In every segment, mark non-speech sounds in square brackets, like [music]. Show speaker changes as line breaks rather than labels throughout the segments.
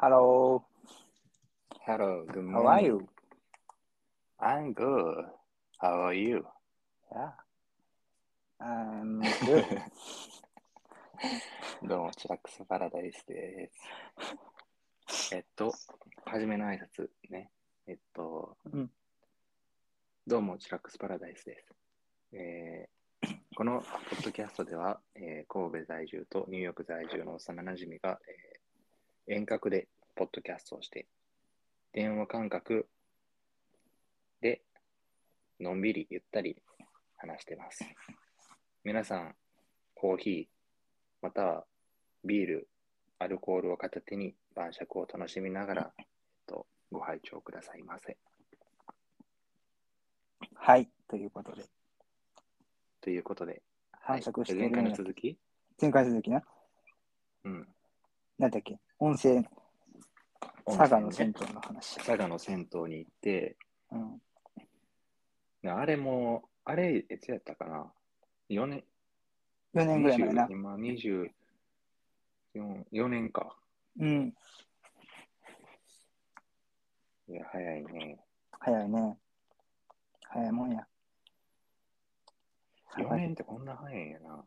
Hello,
Hello, good morning.
how are you?
I'm good. How are you?
Yeah. I'm
[laughs]
good.
どうも、チラックスパラダイスです。えっと、はじめの挨拶ね。えっと、
うん
どうも、チラックスパラダイスです。えーこのポッドキャストでは、えー神戸在住とニューヨーク在住の幼なじみが、えー遠隔でポッドキャストをして、電話感覚でのんびりゆったり話してます。皆さん、コーヒー、またはビール、アルコールを片手に晩酌を楽しみながら、えっと、ご拝聴くださいませ。
はい、ということで、
ということで、
繁殖してる
前回
ん
の
や
続き
前回続きな、
うん。
なんだっけ、温泉、佐賀の銭湯の話。
佐賀の銭湯に行って、
うん、
なあれも、あれ、いつやったかな ?4 年、
4年ぐらい前な
20。今24、4年か。
うん、
いや、早いね。
早いね。早いもんや。
4年ってこんな早いんやな。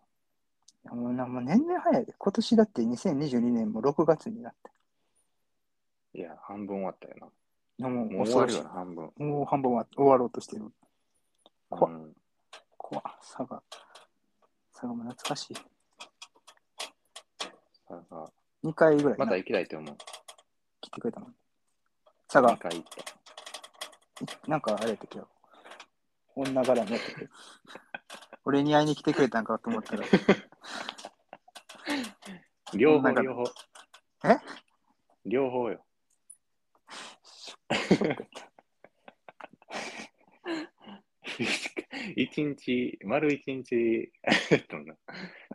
もうなもう年々早いで。今年だって2022年も6月になっ
いや、半分終わったよな。
て。も
もう終わるよな、半分。
い。もう半分は終わろうとしてる。こ
うん、
怖っ佐賀。佐賀も懐かしい。
佐賀。
2回ぐらいな
また行きたいと思う。
来てくれたもん。佐
二
賀、
回行った。
なんかあれやったけど、女絡みやったけど、俺に会いに来てくれたんかと思ったら、
両
な
方
んか
両方。
え
両方よ。 [laughs] 一日、丸一日、 [laughs] えっとな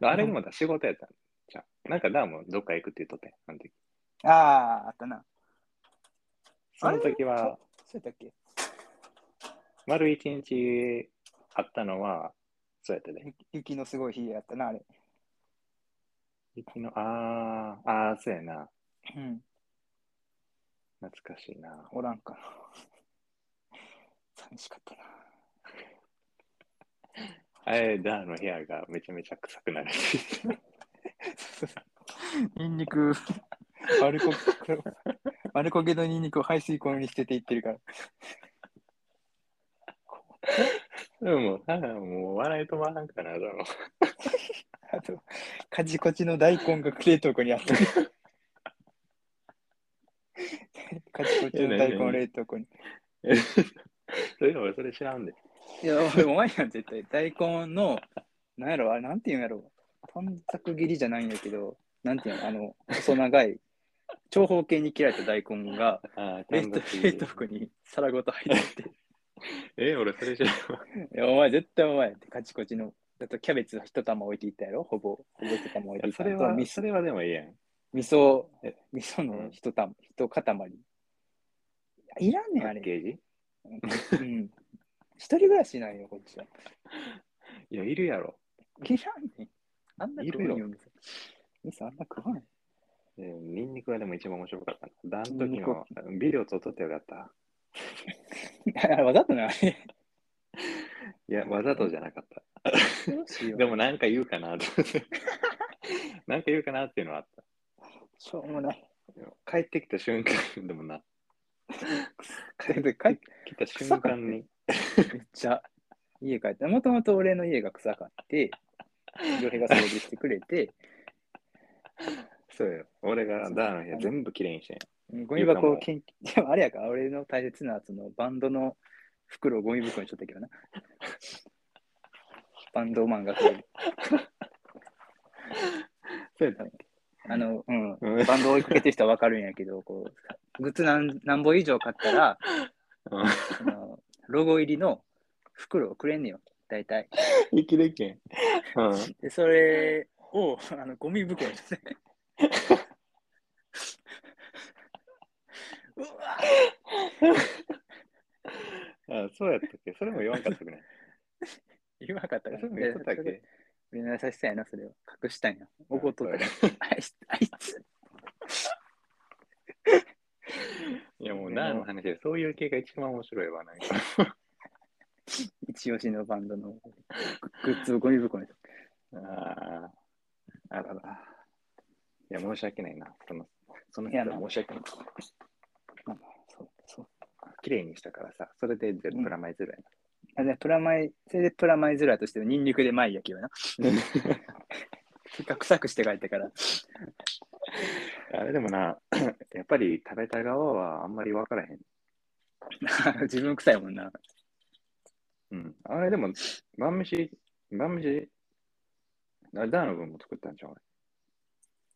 あれもだ、仕事やったんじゃうなんかだ、もうどっか行くって言っとったやんあの時。
ああ、あったな。
その時は、
そうやったっけ
丸一日あったのは、そうやったね。
ゆ雪のすごい日やったな、あれ。
雪の、あー、あー、そうやな。
うん、
懐かしいな。
おらんかな。寂しかったな。
あれ、ダーの部屋がめちゃめちゃ臭くなる。 [laughs]
[laughs] ニンニク、アルコ、アルコゲのニンニクを排水口に捨てていってるから。
でも、ただもう笑い止まらんかな、だろ。
あと、カチコチの大根がクレート庫にあ [laughs] った。カチコチの大根を冷凍庫に。
[laughs] それでもそれ知らんで。
いや、俺、お前やん、絶対。大根の、なんやろ、あれ、なんていうんやろ。短冊切りじゃないんやけど、なんていうんやろあの、細長い、長方形に切られた大根が、
あ
冷凍冷凍庫に皿ごと入ってて。
え、俺それ知らん [laughs] わ。
いや、お前、絶対お前やんって、カチコチの。だとキャベツ一玉置いていったやろほぼ、ほぼ一玉置いていった
そ
の
れ
と
は、
味噌
それはでもいいやん。
味噌
え、
味噌
う
の
ん
一玉、一塊。いらんねん、
パ
あ
ッ
れ。
ケージ
うん。一人暮らしなんよ、こっちは。
いや、いるやろ。
いらんねん。あんな食う
いる
よ、味噌。味噌あんな食わない。
えニンニクがでも一番面白かったな。だん
ニン
時
ニク
のビデオ撮っとってよかった。
あ [laughs] わざとな、あれ。
いや、わざとじゃなかった。
どうしよう
でもなんか言うかなと思って。 [laughs] なんか言うかなっていうのはあっ
しょうもない。
た。でも帰ってきた瞬間でもな。 [laughs] 帰って
帰って
きた瞬間に。
めっちゃ家帰って、もともと俺の家が臭かって、両平が掃除してくれて、
そうよ。俺がダーの部屋全部きれいにしてん。
ゴミ箱をけん、でもあれやから、俺の大切なそのバンドの袋をゴミ袋にしとったけどな。バンドマンがこう
そうやった
あの、うん、
うん
バンドを追いかけてる人はわかるんやけど、こう、グッズ何何本以上買ったら、
う
あのロゴ入りの袋をくれんねよ、大体。
ん。息でけん。うん。
で、それを、あの、ゴミ袋にして。うわ
あそうやったっけそれも言わんかったくない [laughs]
言わなかった
そ
から
れも言っとったっけ
俺の優しさやな、それは。隠したんや。怒っとったから。あいつ、あいつ。
いやもう、なーの話で、そういう系が一番面白いわ、なんか。 [laughs]
一押しのバンドのググッズをゴミ袋に。
ああ、あらら。いや、申し訳ないな。その、その
いや
人は申し訳ない。
まあまあそう、そう。
綺麗にしたからさ、それでゼロプラマイゼロや
あでプラマイ、それでプラマイズラとしてはニンニクで前焼きをな。皮が臭くして帰ったから。
な。あれでもな、 [clears throat] やっぱり食べた側はあんまり分からへん。
自分臭いもんな。
うん。あれでも、晩飯、晩飯、あれダーの分も作ったんじゃん、俺。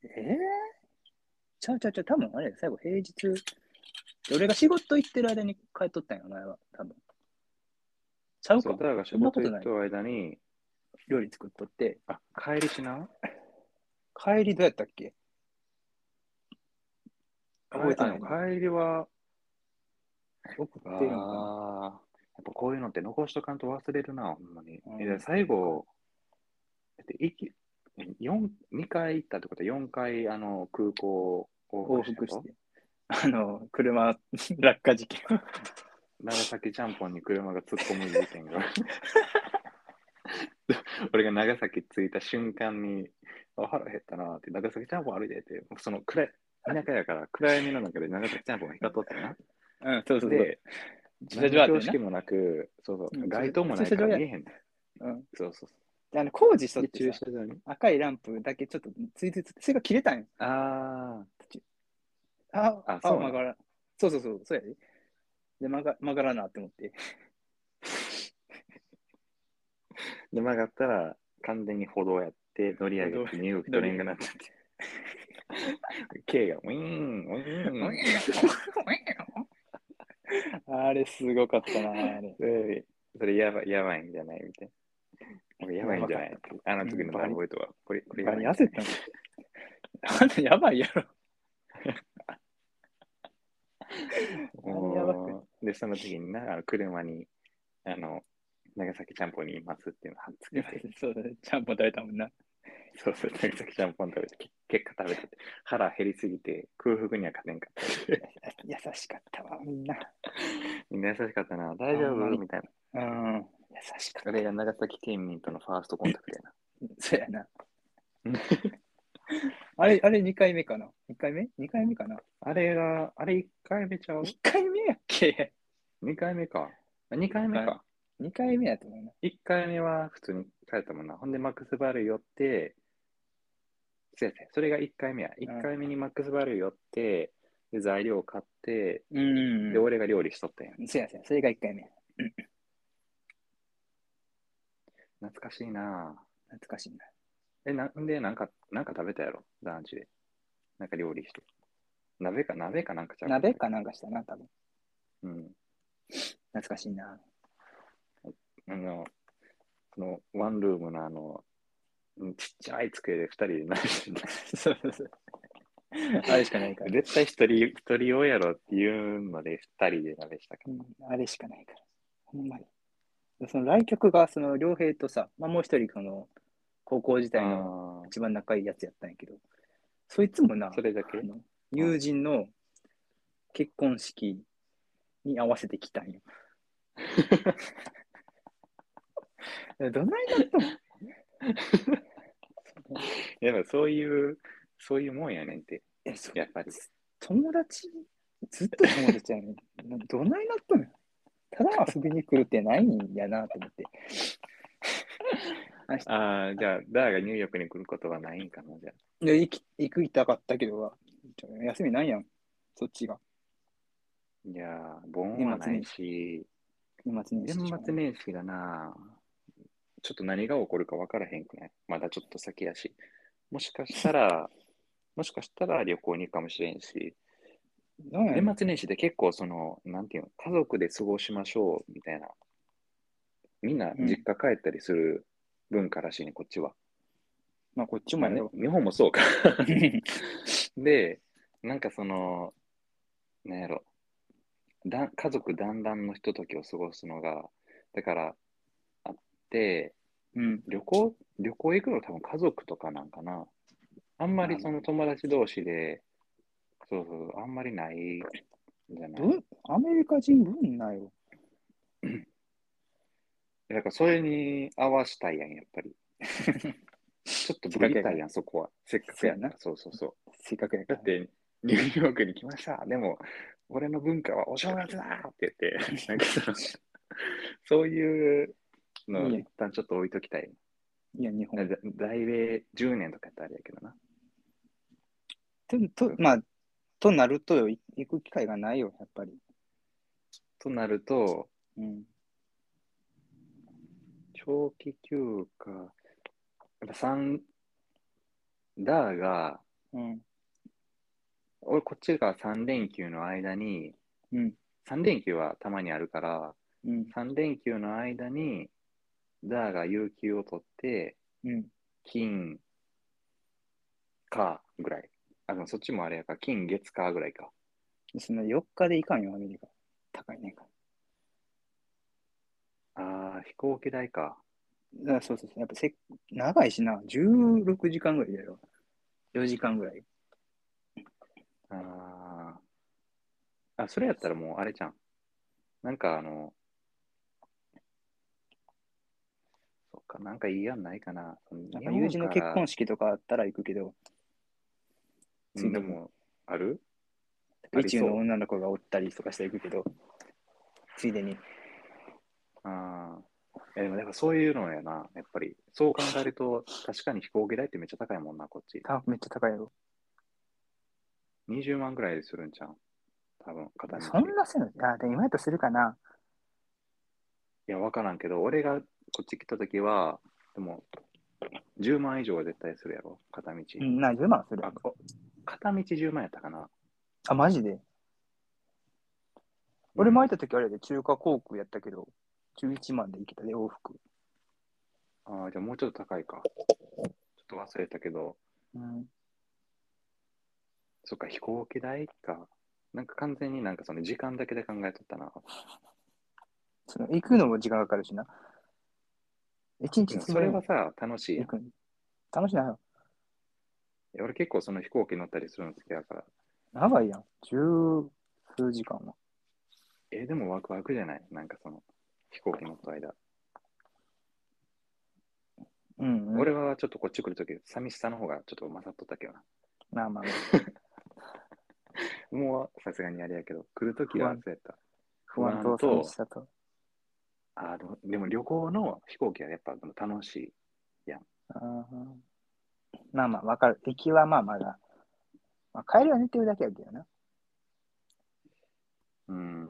ええちゃうちゃうちゃう、多分あれ、最後平日。俺が仕事行ってる間に帰っとったんや、前は。多分ちゃう
そ
か
う、ダーが仕
そんな
事
こと
行
ない
った間に、
料理作っとって。
あ、帰りしな
帰りどうやったっけ覚えてない
あの帰りは、
送って
ああ
るのか
ー、やっぱこういうのって残しとかんと忘れるな、ほんまに。
うん
え最後、だって息四2回行ったってことは4回あの空港
な
往
往
復
復
し
したて。あの、車落下事件。
長崎ちゃんぽんに車が突っ込む事件が。 [laughs] 俺が長崎着いた瞬間に、あ腹減ったなって、長崎ちゃんぽん歩いてて、その暗い、田舎やから暗闇の中で長崎ちゃんぽんが光っとったよな。
[laughs] うん、そうそうそう。
で、
駐車場あって
何
な
の標識もなく、そうそうう、
ん
街灯もないから見えへん。
うん、
そうそうそ
であの工事しとっ
う。
て
駐
さ
車場に。
赤いランプだけちょっとついてて、それが切れたんよ。
あ
あ
あ
あ
そうなん
曲がらそうそうそう、そうやで。で、曲が曲がらなって思って。
あ。で、曲がったら完全に歩道やって、乗り上げて身動き取れんくなっちゃって。K がウィーン、ウィーン。ウィーン
[laughs] あれすごかったな、あれ。
それそれやばやばいんじゃないみたいな。俺やばいんじゃないってあの時のダンボイとは、これ、これやばいんじゃない。
たの [laughs] あんたやばいやろ。何やばく
もうで、その時にな、あの車に、あの、長崎ちゃんぽんにいますっていうのを貼っつけて、
そうだね、ちゃんぽん食べたもんな。
そうそう、長崎ちゃんぽん食べて、け結果食べてて、腹減りすぎて空腹には勝てんかった。
優しかったわ、みんな。
みんな優しかったな、大丈
あんま
夫
り
みたいな。
うん、優しか
あ
っ
れが長崎県民とのファーストコンタクトやな。
た。そうやな
うん。
あれ、あれ2回目かな ?1 回目 ?2 回目かな
あれが、あれ1回目ちゃう
?1 回目やっけ
?2 回目か。2回目か。
?2 回目やと思うな。
1回目は普通に帰ったもんな。ほんで、マックスバリュー寄って、そうやせ、それが1回目や。1回目にマックスバリュー寄って、で、材料買って、
うん
で、俺が料理しとったやん。
そうやそうや、それが1回目。
懐かしいなぁ
懐かしいな。
え、なんで、なんか、なんか食べたやろ団地で。なんか料理して。鍋か、鍋かなんかちゃう
鍋かなんかしたな、多分。
うん。
懐かしいな。
あの、その、ワンルームのあの、うんちっちゃい机で2人で鍋してた
[laughs] そうそうそう。あれしかない [laughs] から。
絶対一人、一人用やろっていうので、2人で鍋したか
う
ら。
ん、あれしかないから。ほんまに。でその来客が、その、良平とさ、まあ、もう一人、その、高校時代の
あ
一番仲いいやつやったんやけど、そいつもな
ー、それだけ
あの友人の結婚式に合わせてきたんよ。 [laughs] どないなったの
やっぱそういう、そういうもんやねんって、
え、そ
やっぱり。
友達ずっと友達やねん。などないなったのただ遊びに来るってないんやなと思って。
ああ、じゃあ、ダーがニューヨークに来ることはないんかな、じゃあ。
で行き行く行きたかったけど、ちょ休みないやん。そっちが。
いやー、盆はないし、
年末年
年
始しか
末
ない。
年始がな、ちょっと何が起こるか分からへんくないまだちょっと先やし。もしかしたら、 [laughs] もしかしたら旅行に行くかもしれんし、
なんやねん
年末年始で結構その、なんていうの、家族で過ごしましょうみたいな、みんな実家帰ったりする文化らしいね、こっちは。
まあ、こっちも
まあ
や
ね
ろ。、
日本も [laughs] そうか。
うん
で、なんかその、なんやろ、だん家族団らんのひとときを過ごすのが、だから、あって、
うん。
旅行、旅行行くの多分家族とかなんかな。あんまりその友達同士で、そうそう、あんまりないんじゃない。
ぶアメリカ人分ないわ。
だからそれに合わしたいやん、やっ [laughs] ぱり。ちょっとぶりたいやん、そこは。せっかくやんな。そうそうそう。
せっかくやか
だ
ら
っ。て、ニューヨークに来ました。でも、俺の文化はお正月だって言って、なんかその、そういうのを一旦ちょっと置いときたい。
いや、日
だ
本。
大米10年とかやったらあれやけどな。
と、とまあ、となると、い行く機会がないよ、やっぱり。
となると、
うん。
長期休暇、やっぱ三ダーが、
うん。
俺こっちが3連休の間に、
うん。
3連休はたまにあるから、
うん。
3連休の間に、ダーが有給を取って、
うん。
金、か、ぐらい。あ、でもそっちもあれやから、金、月、か、ぐらいか。
その4日で行かんよ、アメリカ。高いねんから。
ああ、飛行機代か。
だからそうそうそう。やっぱせ長いしな、16時間ぐらいだよ。4時間ぐらい。
ああ。あ、それやったらもうあれじゃん。なんかあの、そっか、なんかいい案ないかな。その
なんか友人の結婚
式、
式とかあったら行くけど、
うんでも、あるあ
宇
り
宙
そう
の女の子がおったりとかして行くけど、ついでに。
ああ。いやでも、だからそういうのやな。やっぱり、そう考えると、確かに飛行機代ってめっちゃ高いもんな、こっち。
ためっちゃ高いよ。
20万ぐらいするんじゃん。多分、片道。
そんなせんのあ、で今やったらするかな。
いや、わからんけど、俺がこっち来たときは、でも、10万以上は絶対するやろ、片道。
うん、な、10万する
あ。お片道10万やったかな。
あ、マジで俺前
うん
行った時あれやで、中華航空やったけど、11万で行けたで、往復。
ああ、じゃあもうちょっと高いか。ちょっと忘れたけど、
うん。
そっか、飛行機代か。なんか完全になんかその時間だけで考えとったな。
その行くのも時間かかるしな。1
で
日
もそれはさ、楽しいや
行
ん。
くん楽しないよ。
いや俺結構その飛行機乗ったりするの好きだから。
長いやん。十数時間は。
えーでもワクワクじゃないなんかその飛行機乗った間。
うん、うん。
俺はちょっとこっち来るとき、寂しさの方がちょっと勝っとったけどな。
まあまあ、
もうさすがにあれやけど、来るときはそうやった。
不安と寂しさと。
あーでもでも旅行の飛行機はやっぱでも楽しい。
あーまあまあ、わかる。敵はまあまだ。まあ、帰りは寝てるだけやけどな。
うん。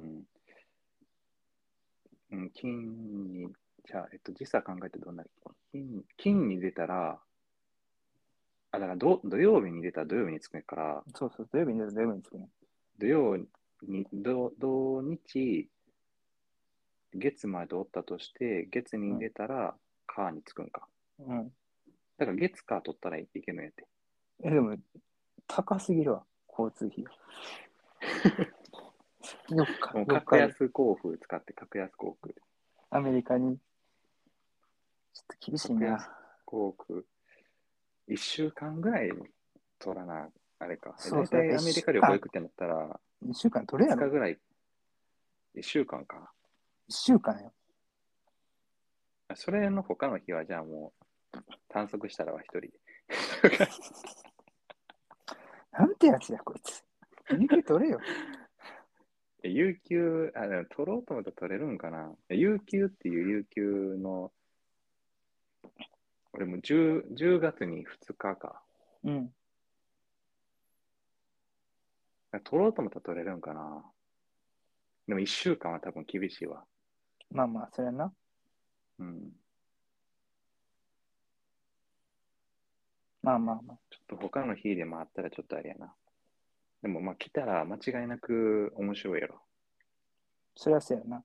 うん、金に、じゃあ、えっと、時差考えてどんな金、金に出たら、あ、だからど土曜日に出たら土曜日に着くんやから、
そうそう、土曜日に寝る土曜日に着くね。
土曜に、土土日、月までおったとして、月に出たら、火に着くんか。
うん。
だから月火取ったらいけるんやって。
え、でも、高すぎるわ、交通費。
[laughs]
よっか、よ
もう
っ
格
か、
安航空使って、格安航空。
アメリカに。ちょっと厳しいな。
航空。1週間ぐらい取らな、あれか。
そうそう
大体アメリカ旅行行くってなったら、
1週間取れや
2日
ろ
ぐらい、1週間か。
?1 週間よ。
それの他の日は、じゃあもう、探索したらは一人で。
なんてやつや、こいつ。有給取れよ。
え有給、あ、でも取ろうと思ったら取れるんかな。え有給っていう有給の、俺も 10, 10月に2日か。
うん。
取ろうと思ったら取れるんかな。でも1週間は多分厳しいわ。
まあまあ、それはな。
うん。
まあまあまあ。
ちょっと他の日で回ったらちょっとあれやな。でもまあ来たら間違いなく面白いやろ。
それはそうやな。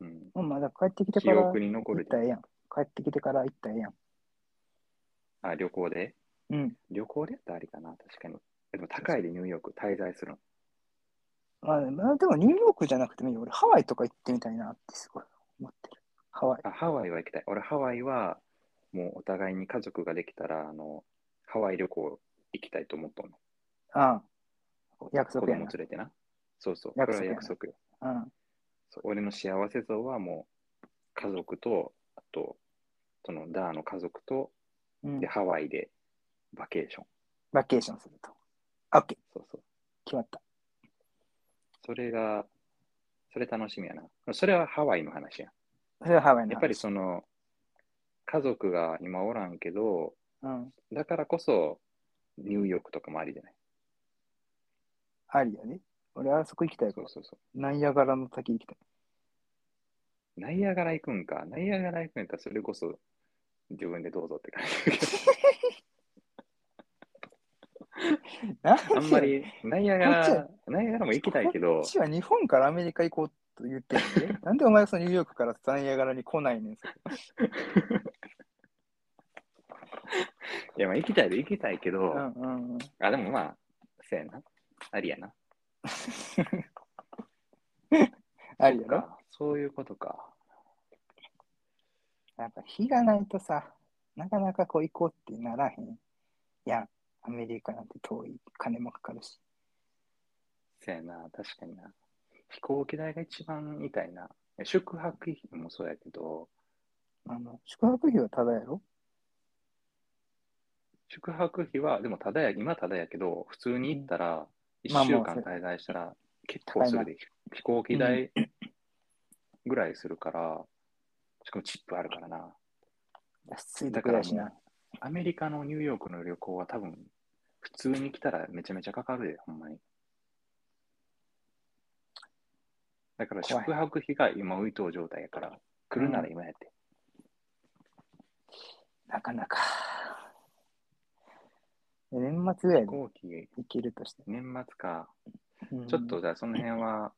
うん。
もうまだ帰ってきてか
記
ら
憶
行
に残る
っ。たらええやん。帰ってきてから行ったらええやん。
あ、旅行で
うん。
旅行でやったらありかな、確かに。でも高いでニューヨーク滞在するの。
まあ、まあ、でもニューヨークじゃなくてもいいよ。俺、ハワイとか行ってみたいなってすごい思ってる。ハワイ。
あハワイは行きたい。俺、ハワイは、もうお互いに家族ができたら、あの、ハワイ旅行行きたいと思ったの。
ああ。約
子
束
供
や
連
な。
れてな。そうそう。こ
約
れ
束
は
やな
約束よ。
うん。
そう俺の幸せ像はもう、家族と、あと、そのダーの家族と、
うん
で、、ハワイでバケーション。
バケーションすると。オッケー、
そうそう。
決まった。
それが、それ楽しみやな。それはハワイの話や。
それはハワイの話。
やっぱりその、家族が今おらんけど、
うん。
だからこそ、ニューヨークとかもありじゃない。
ありだね。俺はそこ行きたいか
そう
ら。
そうそ
ナイアガラの滝行きたい。
う。ナイアガラ行くんか。ナイアガラ行くんやったら、それこそ、自分でどうぞって感じだけど。あんまり、ナイアガ
こっ
ラ、ナイアガラも行きたいけ
[laughs]
ど
こっ、ちは日本からアメリカ行こうと言ってるんで。なんでお前はそのニューヨークからナイアガラに来ないねん。そこ
いや、まあ行きたいで行きたいけど、
うんうんうん。
あ、でもまあ、せやな。ありやな。
ありやろ
あそういうことか。
やっぱ日がないとさ、なかなかこう行こうってならへん。いや、アメリカなんて遠い。金もかかるし。
せやな、確かにな。飛行機代が一番痛いな。宿泊費もそうやけど、
あの、宿泊費はただやろ
宿泊費は、でもただや、今ただやけど、普通に行ったら、1
まあ
週
まあ
間
そ
滞在したら、結構すぐで、飛行機代ぐらいするから、しかもチップあるからな。
安いと
だ
こ
か
や
らも
しな
う。、アメリカのニューヨークの旅行は多分、普通に来たらめちゃめちゃかかるで、ほんまに。だから
怖い
宿泊費が今浮いとう状態やから、来るなら今やって。
なかなか。年末ぐらい
飛
に
行機、
行けるとして。
年末か。
うん
ちょっと、じゃあその辺は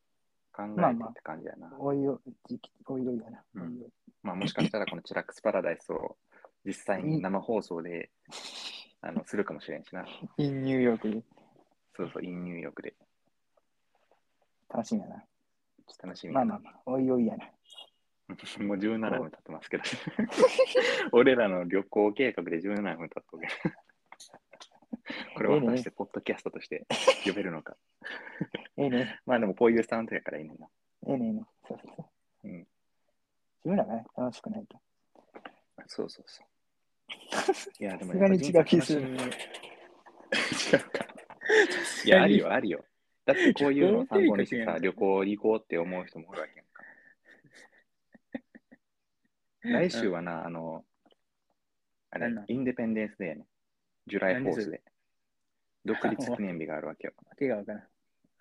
考
まあ
えて
まあ
って感じやな。
おいおい、時期おいおいだな。
うん
おいおい
まあ、もしかしたらこのチラックスパラダイスを実際に生放送 [laughs] で、あのするかもしれんしな。
インニューヨークに
そうそう、インニューヨークで。
楽しみやな。
楽しみ
ま
や
あ
な。
まあまあ、おいおいやな。
もう17分経ってますけ [laughs] ど。俺らの旅行計画で17分経ったわけ。 [laughs] これを果たしてポッドキャストとして呼べるのか。
ええね、
まあでもこういうスタンドやからいいねんな。
ええね、ええね。そうそうそう。
うん。
自分らがね、楽しくないと。
そうそう [laughs] そう。いや、でも
さすがに違う気する
やっぱ人生楽しみ違う [laughs] か。いや、ありよ、ありよ。だってこういうのを参考に [laughs] してさ、旅行行こうって思う人もおるわけやんか。来週はな、あの、あれ
なんなん、
インデペンデンスデーやね。ジュライフォー
何
ス
そ
で。独立記念日があるわけよ。
わけがわからん。あ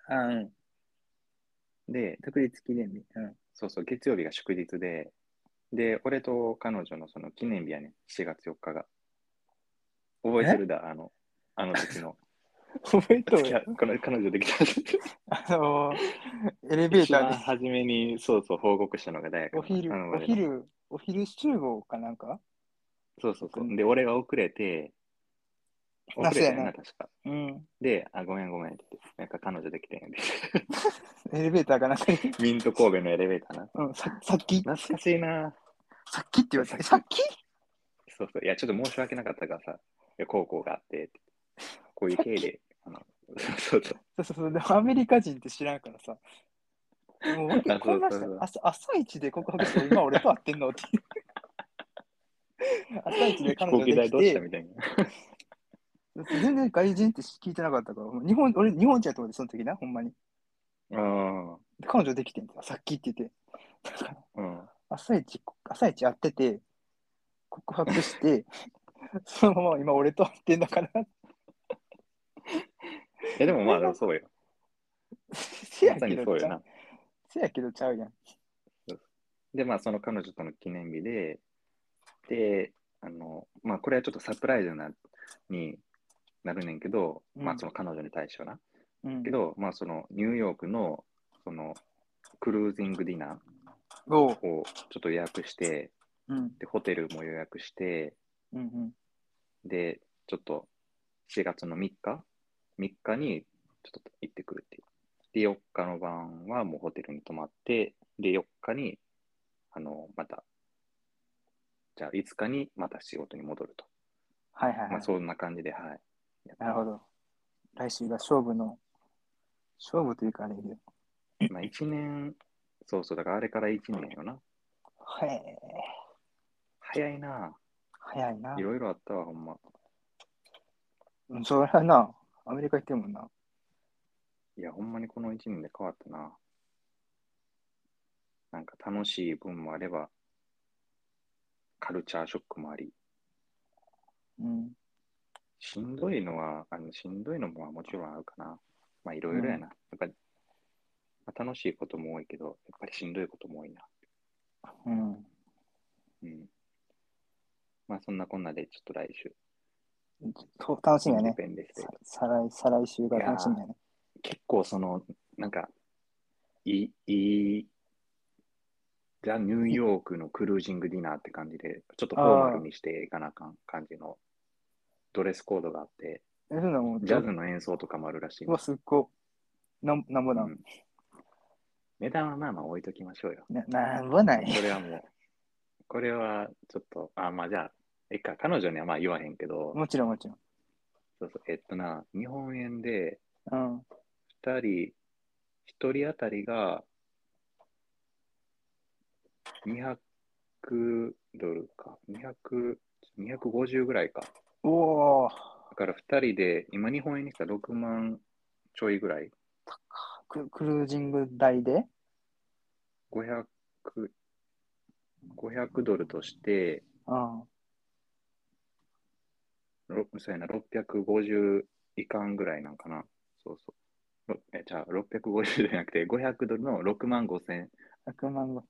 あ、うん。
で、
独立記念日。うん。
そうそう、月曜日が祝日で、で、俺と彼女のその記念日やね、4月4日が。覚えてるだ、あの、あの時
[laughs]
の。
覚えとる
付き合
よ
う [laughs] この彼女でき
[laughs]
た時。
あのー、エレベー
一
ター
番
で
初めに、そうそう、報告したのが大学
[laughs] お
の
昼
あの、
お。昼、お昼集合かなんか
そうそうそう。で、俺が遅れて、遅れたよな、
な
確か。
うん。
で、あ、ごめんごめんって言って、なんか彼女できてんや
エレベーターかなんかに。
で。ミント神戸のエレベーターな。
うん、ささっき、
懐かしいな。
さっきって言われて、さっき
そうそう。いや、ちょっと申し訳なかったからさ、いやこうこうがあってって、こういう経緯で、あの、そうそう。
そうそうそう、でもアメリカ人って知らんからさ。もうわけ
あ
こんな
そう
人
そうそう
朝朝一で告白して、今俺と会ってんのって。 [laughs] 朝一で
飛
彼
行
女
機
で
代
き
どうした
て、
みたいな。
全然外人って聞いてなかったから、もう日本俺、日本人やと思って、その時な、ほんまに。
うん。
で彼女できてんて、さっきって言って。だから
うん。
朝一、朝一会ってて、告白
[laughs]
して、そのまま今俺と会ってんのかな。
え、でもまあ、でもそうよ。
せや
まさ
け
にそ
ど
う
ち
よ
ゃう
な。
せやけどちゃうやん。
で、まあ、その彼女との記念日で、で、あの、まあ、これはちょっとサプライズな、になるねんけど、
うん
まあ、その彼女に対してはな。
うん
け、ど、まあ、そのニューヨークの、その、クルージングディナ
おう
ーをちょっと予約して、
うん
で、ホテルも予約して、
うんうん。
で、ちょっと4月の3日 ?3 日にちょっと行ってくるっていう。で、4日の晩はもうホテルに泊まって、で、4日に、あの、またじゃあ5日にまた仕事に戻ると。
はいはい、はい
まあ、そんな感じで、はい。
なるほど。来週が勝負の、勝負というかあれやけど。
まあ、1年、そうそう、だからあれから1年よな。
へえ、
早いな。
早いな。
いろいろあったわ、ほんま。
うん、そりゃな、アメリカ行ってるもんな。
いや、ほんまにこの1年で変わったな。なんか楽しい分もあれば、カルチャーショックもあり、
うん。
しんどいのは、あのしんどいのももちろんあるかな。まあ、いろいろやな。やっぱり、まあ、楽しいことも多いけど、やっぱりしんどいことも多いな。
うん。
うん。まあ、そんなこんなで、ちょっと来週、
と楽しみやね。
ペンですけ
さ
ど
再来再来週が楽しみやね。
結構その、なんか、いい、いい、ザ・ニューヨークのクルージングディナーって感じで、ちょっとフォーマルにしていかなあかん感じのドレスコードがあって、
え、そんなもう、
ジャズの演奏とかもあるらしいん
う
で
わ、
す。
すっごい。なんなんぼな
うんん値段はまあまあ置いときましょうよ。
ななんぼない。
これはもう、 [laughs] これはちょっと、あ、まあじゃあ、えっか、彼女にはまあ言わへんけど、
もちろんもちろん。
そうそうえっとな、日本円で
うん。
2人、1人当たりが200ドルか、200、250ぐらいか。
おお、
だから2人で、今日本円にしたら6万ちょいぐらい、
ククルージング代で
500、500ドルとして、
うん。
ろそうやな、650いかんぐらいなんかな。そうそう。ろえ、じゃあ、650じゃなくて、500ドルの6万5千、
100万ぐらい。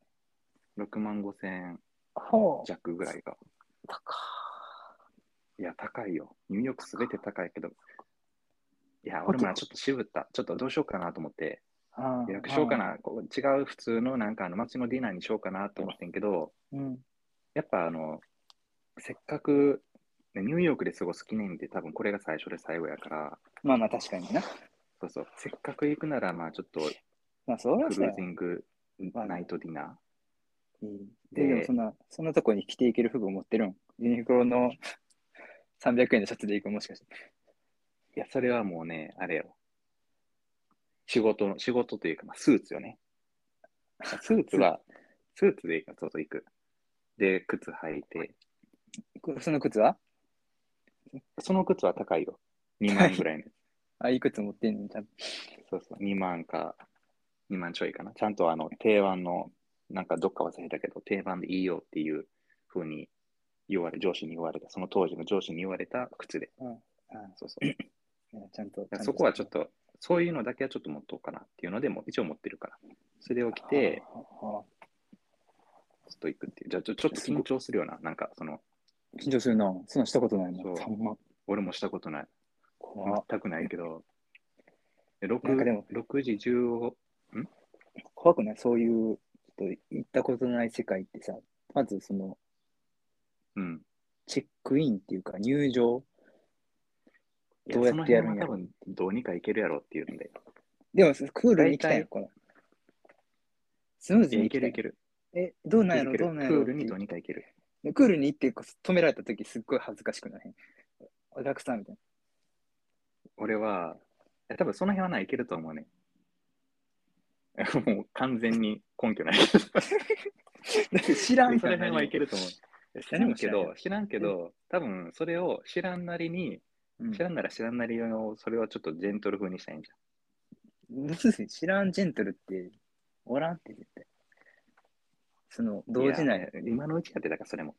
6万5千
ほう。
弱ぐらいが。
高
いや、高いよ。ニューヨークすべて高いけど。いや、
ホ
俺
テル
もなちょっと渋った。ちょっとどうしようかなと思って、
うん
予約しようかな。こう違う普通のなんかあの街のディナーにしようかなと思ってんけど、
うん。
やっぱあの、せっかく、ねニューヨークで過ごす記念日で多分これが最初で最後やから、
まあまあ確かにな。
そうそう、せっかく行くなら、まあちょっと
まあそう
ク
だ
ル
そう
ー
や
ジング
まあね
ナイトディナー。
うん
で
ででもそんな、そんなとこに着ていける服を持ってるん。ユニクロの300円のシャツで行くもしかして。
いや、それはもうね、あれよ。仕事の、仕事というか、まあ、スーツ
[laughs]
よね。スーツは、スーツでそうそう行く。で、靴履いて。
くその靴は
その靴は高いよ。2万ぐらいの。
あ、いい靴持ってんのにちゃんと。
そうそう、2万か、2万ちょいかな。ちゃんとあの、定番の、なんかどっか忘れたけど、定番でいいよっていうふうに言われ、上司に言われた、その当時の上司に言われた靴で。
うんうん
そうそう。
ちゃんと。
だからそこはちょっ
と。
と、そういうのだけはちょっと持っとこうかなっていうので、もう一応持ってるから。それを着て、
はあ、は
ちょっと行くっていう。じゃあちょ、ちょっと緊張するよな。なんか、その、
あ緊張するな。そんなんしたことない
そ
も。
うん
ほんま。
俺もしたことない。
怖っ
全くないけど、
なんかで
6,
も
6時15、
怖くないそういう、ちょっと行ったことない世界ってさ、まずその、
うん。
チェックインっていうか入場。
い
どうやってやるんや
その辺は多分、どうにかいけるやろっていうんで。
でも、クールに行きたいの
大体
この。スムーズ
いや
に
い
行
け
き
る
た
いける。
え、どうなんや
い
ろ
ける
どうなんや
ク
ろ
ールにどうにかいける。
でクールに行ってこう止められた時すっごい恥ずかしくなへん。お客さんみたい
俺は、いや多分その辺はないけると思うね。 [laughs] もう完全に
[laughs]
根拠ないけど。
な。知らん
そ
か
の
ら
辺はいけると思う。知ら
何
ん
も
けど、知らんけど、多分それを知らんなりに、
うん
知らんなら知らんなりの、それはちょっとジェントル風にしたいんじ
そうですね知らんジェントルっておらんって絶対。その、
ゃん。
動じないい。
や今のうちやって、だからそれも。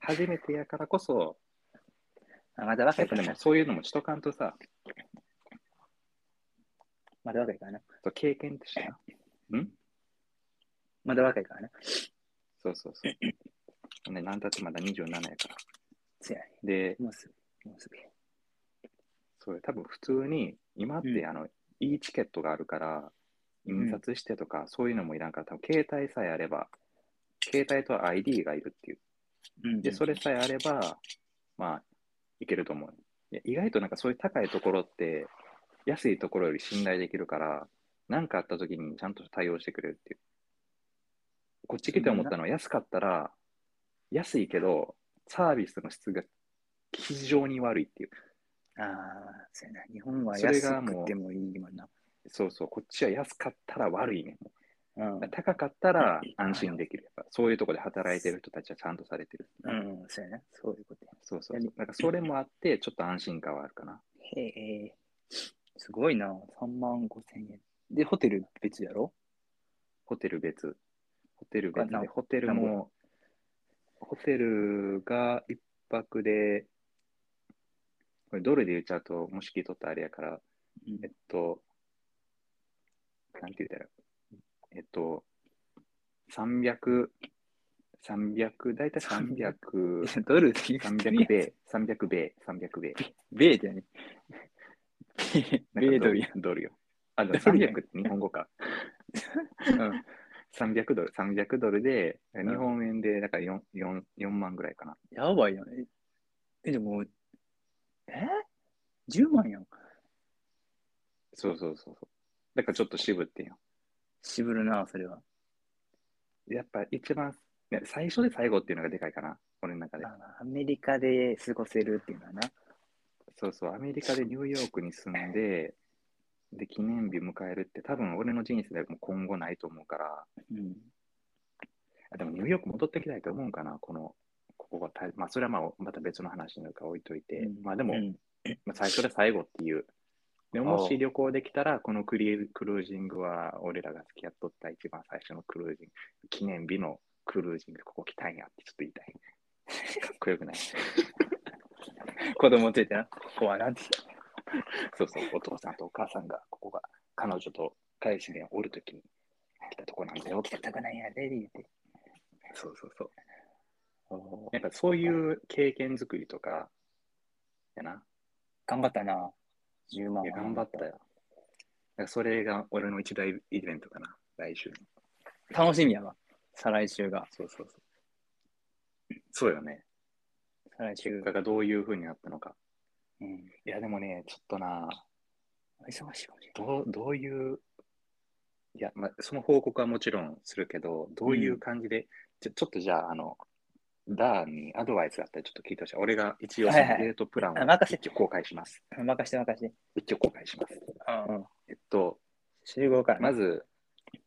初めてやからこ [laughs] そ、
あ、まだ若
や
い
っぱ
か
で
ら
も
な。
そういうのもしとかんとさ、
まだ若いからな。
そう経験ってしな。ん
まだ若いからな。
そうそうそう。ね、なんたってまだ27やから。
つやね。
で、
もうすぐ。もうすぐ。
それ多分普通に今って、
うん
あのいいチケットがあるから印刷してとか、そういうのもいらんから多分携帯さえあれば携帯と ID がいるっていう
うん
でそれさえあればまあいけると思ういや意外となんかそういう高いところって安いところより信頼できるから何かあった時にちゃんと対応してくれるっていうこっち来て思ったのは安かったら安いけど、サービスの質が非常に悪いっていう。
ああ、そうやな。日本は
それ
安
が
く
もう
てもいいもんな。
そうそう、こっちは安かったら悪いね。
うん。う
高かったら安心できる。やっぱそういうところで働いてる人たちはちゃんとされてる。
ん、そうやな。そういうことや。
そうそうそう。なんかそれもあって、ちょっと安心感はあるかな。
へえ。すごいな。3万5千円。で、ホテル別やろ
ホテル別。ホテル別
あな
で、ホテル
な
も、ホテルが一泊で、これドルで言っちゃうと、もし聞いとったらあれやから、
うん
えっと、なんて言ったら、えっと、300、300、大体300、
ドルで言うと
300米、300米、300米。
米だよね。
なんか
米ドルや。
ドルよ。あ、でも
ドルやん
300って日本語 [laughs] か。うん。300ドル、300ドルで、
ん
日本円で、だから 4, 4, 4万ぐらいかな。
やばいよね。え、でも、え ?10 万やん。
そうそうそうそう。だからちょっと渋ってんよ。
渋るな、それは。
やっぱ一番、ね、最初で最後っていうのがでかいかな。俺の中で。
あアメリカで過ごせるっていうのはな。
そうそう、アメリカでニューヨークに住んで、で、記念日迎えるって、多分俺の人生でも今後ないと思うから、
うん。
あでもニューヨーク戻ってきたいと思うんかな、この、ここがた、まあ、それはまあまた別の話になるから置いといて、まあでも、
うん
まあ、最初で最後っていう。で
ああ
もし旅行できたら、このクリクルージングは、俺らが付き合っとった一番最初のクルージング、記念日のクルージング、ここ来たんやってちょっと言いたい。かっこよくない
子供ついてな。怖いなって。
そうそう、お父さんとお母さんが、ここが彼女と彼氏でおるときに来たとこなんだよ
起きたくないやで、言って。
そうそうそう。
おー
なんかそういう経験作りとか、やな。
頑張ったな。10万
い
は
や頑張ったよ。なんかそれが俺の一大イベントかな、来週の。
楽しみやわ。再来週が。
そうそうそう。そうよね。
再来
結
週
果。がどういうふうになったのか。
うん。
いや、でもね、ちょっとな、
忙しいかもしれ
どうどういう、いや、まあ、その報告はもちろんするけど、どういう感じで、ちょちょっとじゃあ、あの、ダーにアドバイスがあったらちょっと聞いてほしい。俺が一応そ
はい
の
はい
デートプランを
あ任せ
一応公開します。
ない。任して任して。
一応公開します。
うん。
えっと、
集合からな。
まず、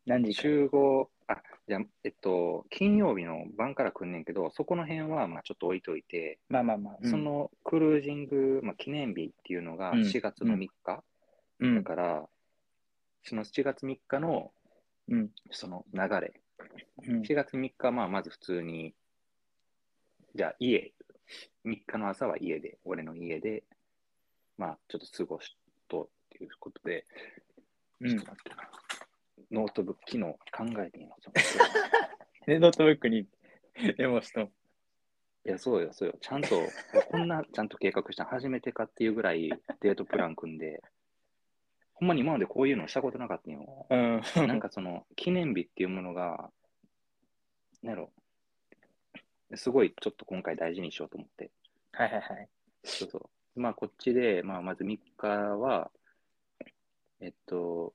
何時から
集合、あ、じゃあえっと、金曜日の晩から来んねんけど、そこの辺はまあちょっと置いといて、
まあまあまあ。うん
そ、のクルージング、まあ、記念日っていうのが
うん
4月の3日、
うん
だ。から、その7月3日の
うん。
その流れ、
うん
7月3日、まあ、まず普通に、じゃあ家、3日の朝は家で、俺の家で、まあ、ちょっと過ごしとっていうことで、
うん
ちょっと待ってなノートブック、機能考えていいの
で、ノートブックにメモしとん。
いや、そうよ、そうよ。ちゃんと、 [laughs] こんなちゃんと計画したの初めてかっていうぐらいデートプラン組んで、ほんまに今までこういうのしたことなかったんよ。
うん。
なんかその記念日っていうものが、なんやろ、すごいちょっと今回大事にしようと思って、
はいはいはい。
そうそう。まあこっちで、まあまず3日は、えっと、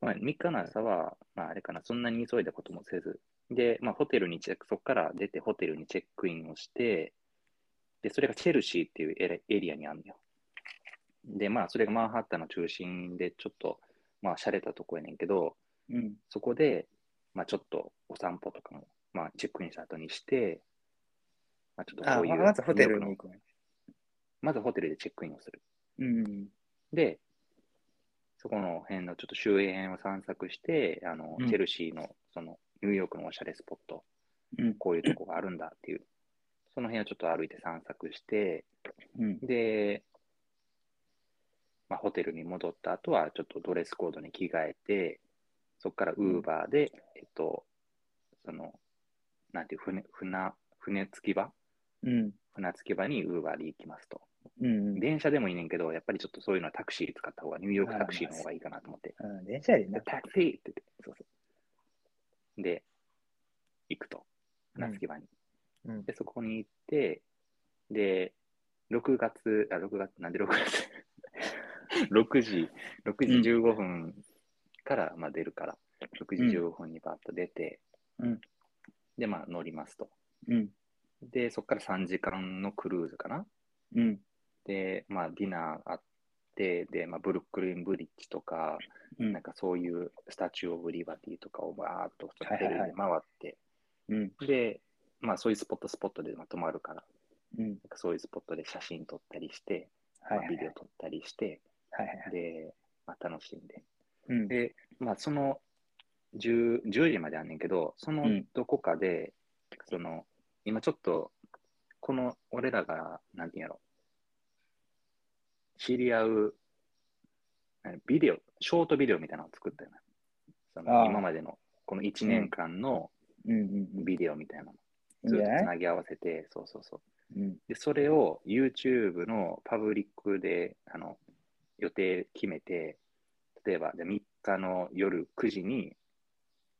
まあ3日の朝は、まああれかな、そんなに急いだこともせず、で、まあホテルにチェック、そこから出てホテルにチェックインをして、で、それがチェルシーっていうエレエリアにあるのよ。で、まあそれがマンハッタンの中心で、ちょっと、まあ洒落たとこやねんけど、
うん。
そこで、まあ、ちょっとお散歩とかも、まあ、チェックインした後にして、まあ、ちょっと
あ、
こういう。
まずホテルに行くんや。
まずホテルでチェックインをする。
うん。
で、そこの辺のちょっと周辺を散策して、あの
うん
チェルシーのそのニューヨークのおしゃれスポット、
うん。
こういうとこがあるんだっていう、その辺をちょっと歩いて散策して、
うん。
で、まあ、ホテルに戻った後は、ちょっとドレスコードに着替えて、そこからウーバーで、えっと、その、なんていう、船、船、船着き場
うん。
船着き場にウーバーで行きますと。
うん。
電車でもいいねんけど、やっぱりちょっとそういうのはタクシー使った方が、ニューヨークタクシーの方がいいかなと思って。
うん、電車やでな
で。タクシーって言って、そうそう。で、行くと。船着き場に。
うん。
で、そこに行って、で、6月、あ、6月、なんで6月 [laughs] ?6 時、6時15分から、まあ、出るから、6時15分にバッと出て、
うん
で、まあ、乗りますと。
うん。
で、そこから3時間のクルーズかな。
うん。
で、まあ、ディナーあって、で、まあ、ブルックリンブリッジとか、
うん
なんかそういうスタチュー・オブ・リバティとかをバーっとホテルで
はいはい
回
は
って、
うん。
で、まあ、そういうスポットスポットでまあ泊まるから、
うん。
なんかそういうスポットで写真撮ったりして、
はいは
まあ
い
ビデオ撮ったりして、
はいはい。
で、まあ、楽しんで。
うん。
で、まあ、その 10, 10時まであんねんけど、その
うん
どこかで、その今ちょっと、この俺らが、なんていうんやろ、知り合う、あのビデオ、ショートビデオみたいなのを作ったよな。そ
あ
の
あ
今までの、この1年間の
うん。うん。
ビデオみたいなの、
いいん
ず
じ
っと
ゃ
つ
ない
なぎ合わせて、そうそうそう。
うん。
で、それを YouTube のパブリックであの予定決めて、例えばじゃあ3日の夜9時に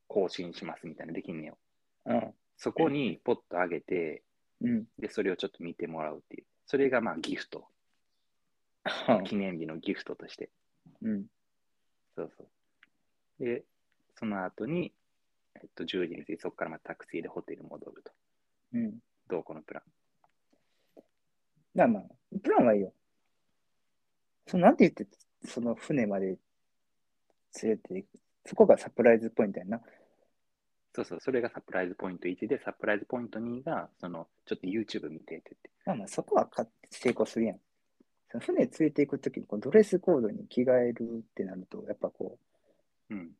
更新しますみたいなのできんねよ。
うん。
そこにポッと上げて、
うん。
で、それをちょっと見てもらうっていう。それがまあギフト。記念日のギフトとして。
うん。
そうそう。で、その後に、えっと、10時に着いてそこからまたタクシーでホテル戻ると。
うん。だか
どうこのプラン。
らまあ、プランはいいよ。その、なんて言って、その船まで連れていく。そこがサプライズポイントやんな。
そうそう、それがサプライズポイント1で、サプライズポイント2が、その、ちょっと YouTube 見てって言って。
まあまあ、そこはか成功するやん。その船連れていくときにこうドレスコードに着替えるってなると、やっぱこう、
うん。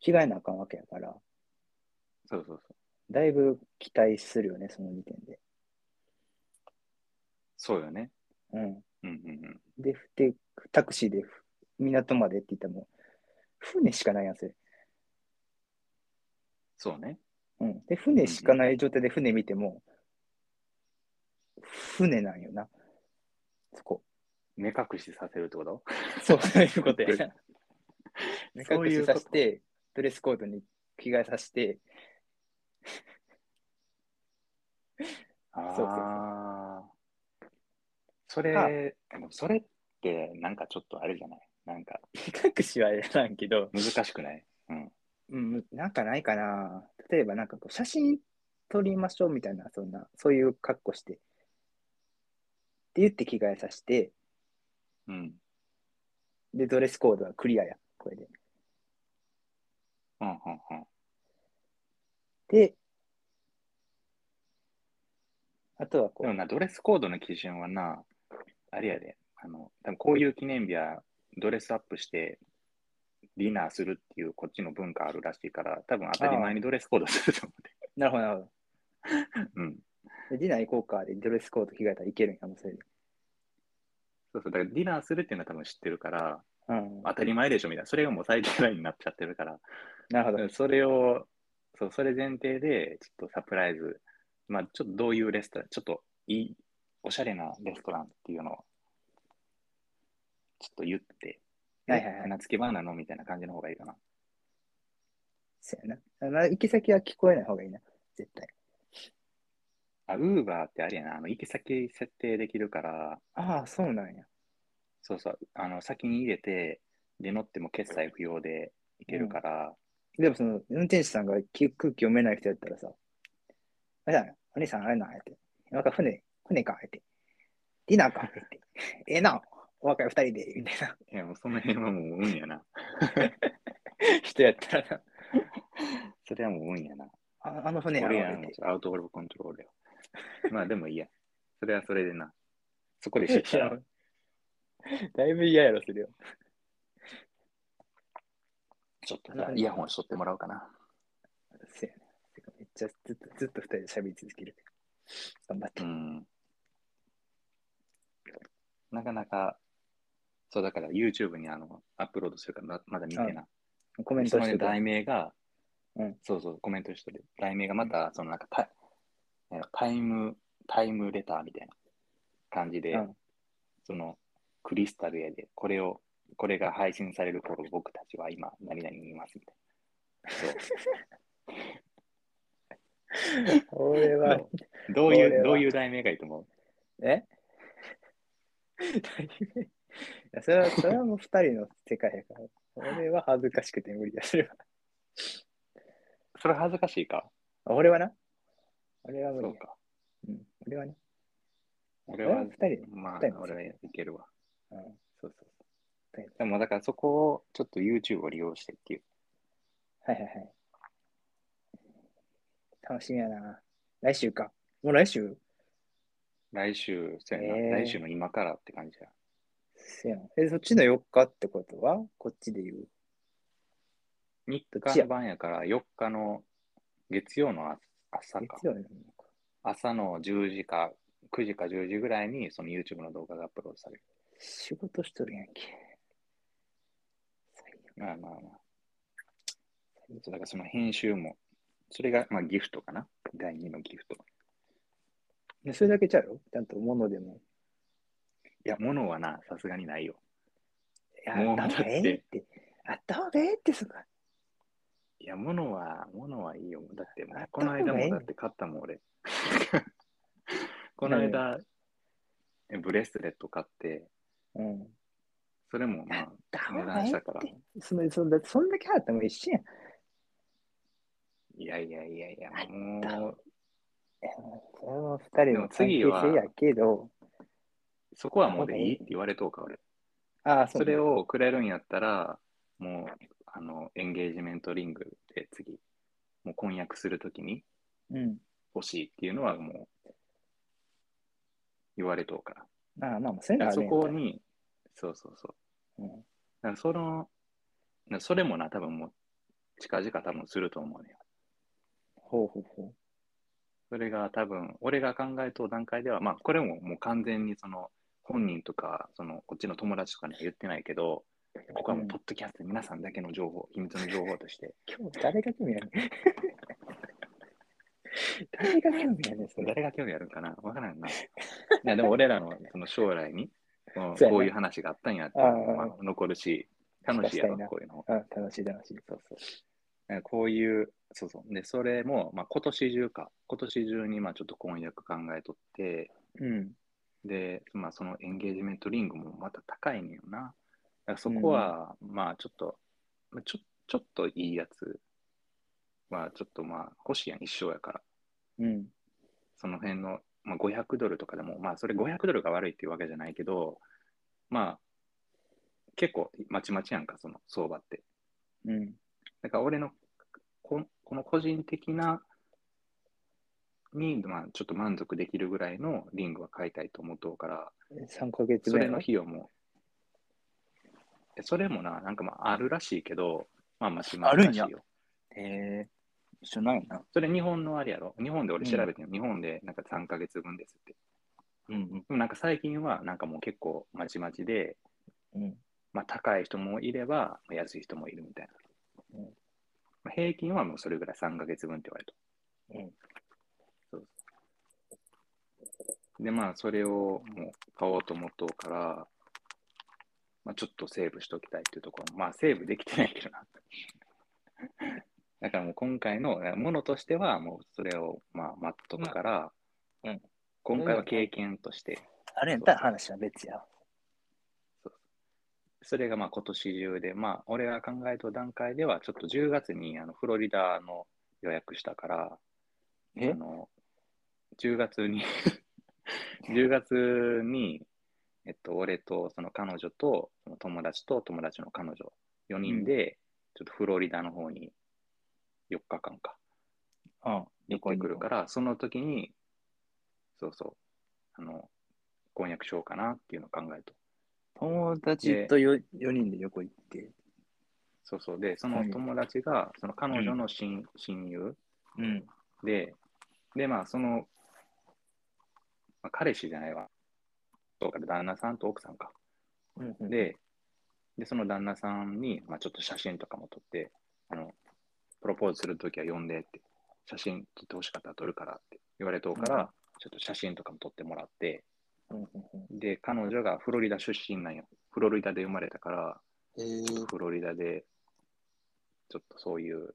着替えなあかんわけやから、
そうそうそう。
だいぶ期待するよね、その時点で。
そうよね。
うん。
うんうんうん。
で、ふてタクシーでふ港までって言ったらもう、船しかないやん、それ。
そうね。
うん。で、船しかない状態で船見ても、船なんよな。そこ。
目隠しさせるってこと
そう、そういうことやな。目
そう
隠
い
し
うこ
さ
と
せて、ドレスコードに着替えさせて、
あ
うそうそう
あ。そ
あ
れ、でもそれって、なんかちょっとあれじゃないなんか
目隠しはやらんけど、
難しくないうん。
うん、なんかないかな。例えばなんかこう写真撮りましょうみたいな、そんな、そういう格好して。って言って着替えさせて、
うん。
で、ドレスコードはクリアや、これで。
うんうんうん。
で、あとはこ
でもな、ドレスコードの基準はな、あれやで、あの、多分こういう記念日はドレスアップして、ディナーするっていうこっちの文化あるらしいから、多分当たり前にドレスコードすると思
う、なるほど、なるほ
って。うん。
ど。で、ディナー行こうか、で、ドレスコード着替えたらいけるんや、もうそれで。
そうそう。だからディナーするっていうのは多分知ってるから、
うん、
当たり前でしょみたいな。それがもう最低ラインになっちゃってるから。
なるほど。
[laughs] それを、そう、それ前提で、ちょっとサプライズ、まあ、ちょっとどういうレストラン、ちょっといい、おしゃれなレストランっていうのを、ちょっと言って、
はいはいはい
花つけバナのみたいな感じの方がいいかな。
そうやな。まあ行き先は聞こえない方がいいな、絶対。
あ、ウーバーってあれやな、あの、行き先設定できるから、
ああ、そうなんや。
そうそう、あの、先に入れて、で、乗っても決済不要で行けるから、
でもその運転手さんがき空気読めない人やったらさ、あれだな、お兄さんあれなんやって。なんか船、船か、って。ディナーか、って。ええな、お若い二人で、みたいな
いや、もうその辺はもう運や [laughs] な。
人やったらな、
それはもう運やな。
ああの船や
俺
ろ、
や
っ
ん
て。、
アウトオブコントロールよ。まあでもいいや。それはそれでな。そこで知ったら。
[laughs] だいぶ嫌やろ、するよ。
ちょっと
なんか
さ、イヤホンしとってもらおうかな。
そうやな。てかめっちゃずっとずっと二人で喋り続ける。頑張って
う。ん。なかなか、そうだから YouTube にあのアップロードするからままだ見てな。
コメン
そ
ト
の
して
ね
た。
題名が、
うん
そうそう、コメントしてる。題名がまた、そのなんかタイ、なんかタイム、タイムレターみたいな感じで、
うん
そのクリスタルやで、これを、これが配信される頃、僕たちは今、何々にいますみたい
俺
な。
は、
そうどうい
これ
う、
は
どういう題名がいいと思う
え [laughs] いやそれは、それはもう二人の世界やから。俺は恥ずかしくて無理だ、それは。
それ恥ずかしいか。
[laughs] 俺はな、俺は無理
そ
や
うか。
うん。俺はね。
俺は
二人で。
まあ
二人、も
俺はいけるわ。
うん。
そうそうそ。
はいう
でも、だからそこをちょっと YouTube を利用してっていう。
はいはいはい。楽しみやな。来週か。もう来週
来週、そうやな、
えー
来週の今からって感じや。
せやん。え、そっちの4日ってことはこっちで言う。
3
っ
日
ちや
の晩やから、4日の月曜のあ朝か
月。曜日なのか。
朝の10時か、9時か10時ぐらいに、その YouTube の動画がアップロードされる。
仕事しとるやんけ。最悪
まあまあまあ。そうだからその編集も、それが、まあ、ギフトかな。第2のギフト。
ねそれだけちゃうよ。ちゃんと物でも。
いや、物はな、さすがにないよ。
いや、
もう
あった方がええって。あった方がええって、そっか。
いや、物は、物はいいよ。だっても
あ
う、この間
買った方がい
も
い
だって買ったもん、俺。 [laughs] この間、えブレスレット買って、
うん。
それも、まあ、
だ
値段したから
って。そのそんだそんだけ払ったらもう一緒やん。
いやいやいやいや、
た
もう、
それは二人の関係
でも
性やけど、
そこはもうでいいって言われとうか、俺。
ああ、そう
それをくれるんやったら、もう、あの、エンゲージメントリングで次、もう婚約するときに
うん。
欲しいっていうのはもう、言われとうから。
ああ、まあまあ、そういう
だ
の
か
はあ
らそ
るんや
こに、そうそうそう。
うん
だからその、だからそれもな、多分もう、近々多分すると思うね。
ほうほうほ
それが多分、俺が考えとう段階では、まあ、これももう完全にその、本人とか、その、こっちの友達とかには言ってないけど、ここはもう、ポッドキャストで皆さんだけの情報、秘密の情報
[laughs]
として、
う。今日誰が興味ある [laughs] [laughs] 誰が興味あるんですか
誰が興味あるんかなわ
[laughs]
からんな。いや、でも俺らのその将来に、この
そうやな
こういう話があったんやって、
ああ
まあ、残るし、楽しいやろ
聞かせたい、な
こういうの。
ああ楽しい楽しい。
そうそう。だからこういう、そうそう。で、それも、まあ、今年中か、今年中に、まあ、ちょっと婚約考えとって、
うん。
で、まあ、そのエンゲージメントリングもまた高いねんよな。だからそこは、まあ、ちょっと、まあ、ちょちょっといいやつまあちょっとまあ、欲しいやん、一生やから。
うん。
その辺の、まあ、500ドルとかでも、まあ、それ500ドルが悪いっていうわけじゃないけど、まあ、結構、まちまちやんか、その相場って。
うん。
だから俺のここの個人的なに、まあ、ちょっと満足できるぐらいのリングは買いたいと思っとうから、
3ヶ月
そ
ぐら
れ
い
の
の
費用も、えそれもな、なんかまああるらしいけど、まあまあしま
あ
うら
る
し
ん
い
や
よ。
へえ一緒ないな。
それ日本のあれやろ日本で俺調べてんの、日本でなんか3ヶ月分ですって。
うん
でもなんか最近はなんかもう結構まちまちで、
うん。うん。
まあ高い人もいればまあ安い人もいるみたいな。
うん
まあ平均はもうそれぐらい3ヶ月分って言われた。
うん。
で、まあ、それをもう買おうと思っとうから、まあ、ちょっとセーブしときたいっていうところ、まあ、セーブできてないけどな。 [laughs] だからもう今回のものとしては、もうそれをまあ待っとくから、
うんうん
今回は経験として、
あれやったら話は別や。
それがまあ今年中で、まあ、俺が考えた段階では、ちょっと10月にあのフロリダの予約したから、あの10月に [laughs] 10月に、えっと、俺とその彼女とその友達と友達の彼女4人で、ちょっとフロリダの方に4日間か
うん。。
行ってくるからら、その時に、そうそう、あの、婚約しようかなっていうのを考えと。
友達とよ4人で横行って。
そうそう。で、そ
は
の
い
友達が、その彼女の親,、親友
うん。
で、で、まあ、その、まあ、彼氏じゃないわ。そうか、旦那さんと奥さんか。
うん、
で、でその旦那さんに、まあ、ちょっと写真とかも撮って、あのプロポーズするときは呼んでって、写真撮ってほしかったら撮るからって言われとうから、
うん
ちょっと写真とかも撮ってもらって、
うんうん
で、彼女がフロリダ出身なんよ。フロリダで生まれたから、
うん、えー、
フロリダで、ちょっとそういう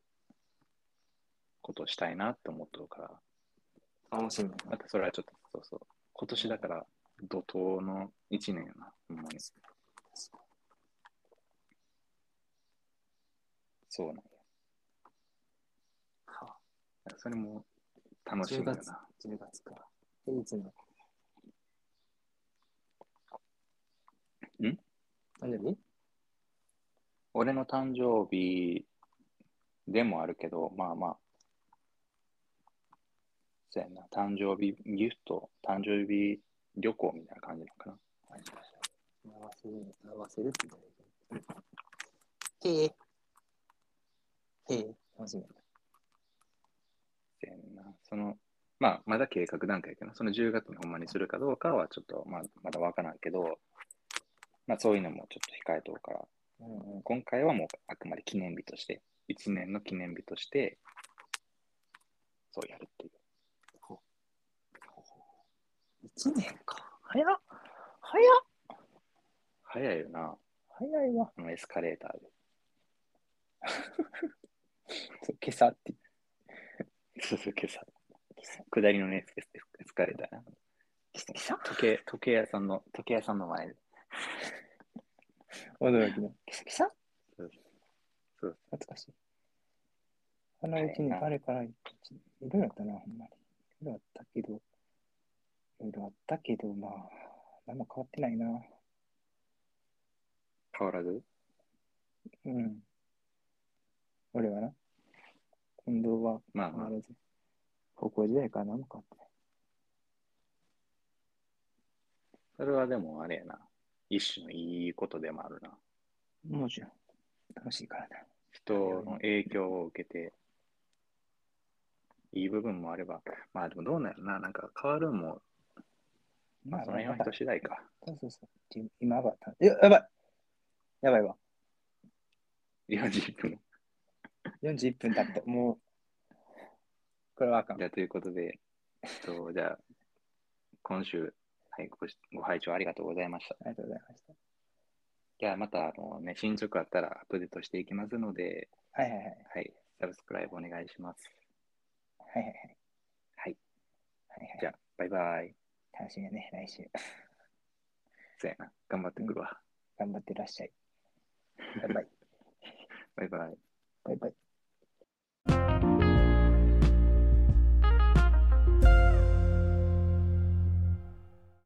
ことをしたいなって思っとるから、
楽しみや
またそれはちょっと、そうそう、今年だから怒涛の1年やな、ほんまに。そうなんや。はあ、それも楽しみだ
10月
な。
10月か。えいつなの
ん
誕生日
俺の誕生日でもあるけど、まあまあ。そうやな。誕生日ギフト、誕生日旅行みたいな感じなのかな。
合わせる、合わせるって言ったらいいけどへえ。へえ。楽しみ。
そうやんな。その、まあ、まだ計画段階やけど、その10月にほんまにするかどうかはちょっと、まあ、まだわからんけど、まあ、そういうのもちょっと控えとうから、
うんうん。
今回はもうあくまで記念日として、1年の記念日として、そうやるっていう。
1年か。早っ。早っ。
早いよな、
早いわ。
あのエスカレーターで。
そう今朝って。
そうそう、今朝。下りのね、エスエスカレーターな。
きさ
時計、時計屋さんの、時計屋さんの前で。
驚きの。
きさ
そう
懐かしい。あのうちに
はい
あれからいろいろあったな、ほんまに。いろいろあったけど、いろいろあったけど、まあ、何も変わってないな。
変わらず
うん。俺はな。近藤は
まあ
変
ま
わ
あ、
らず。高校時代から何も変わってない。
それはでもあれやな。一種のいいことでもあるな。
もちろん。楽しいからな。
人の影響を受けて、いい部分もあれば、まあでもどうなるな、なんか変わるんも、
ま
まあ
あ、
その辺は人次第か。
そうそうそう。じ今はた、えやばいやばいわ。
40分。
41分経った。もう、これはあかん
じ。ゃあということで、えっと、じゃあ、今週、はい、ごしご拝聴ありがとうございました。
ありがとうございまし
じゃあまた、あのね、進捗あったらアップデートしていきますので、
た。はいはいはい。
はい、サブスクライブお願いします。
はいはいはい。
はい。
はいはい
じゃあ、バイバイ。
楽しみやね、来週。
そうやな。頑張ってくるわ。 [laughs]
頑張ってらっしゃい。バイバイ。
バイバイ。
バイバイ。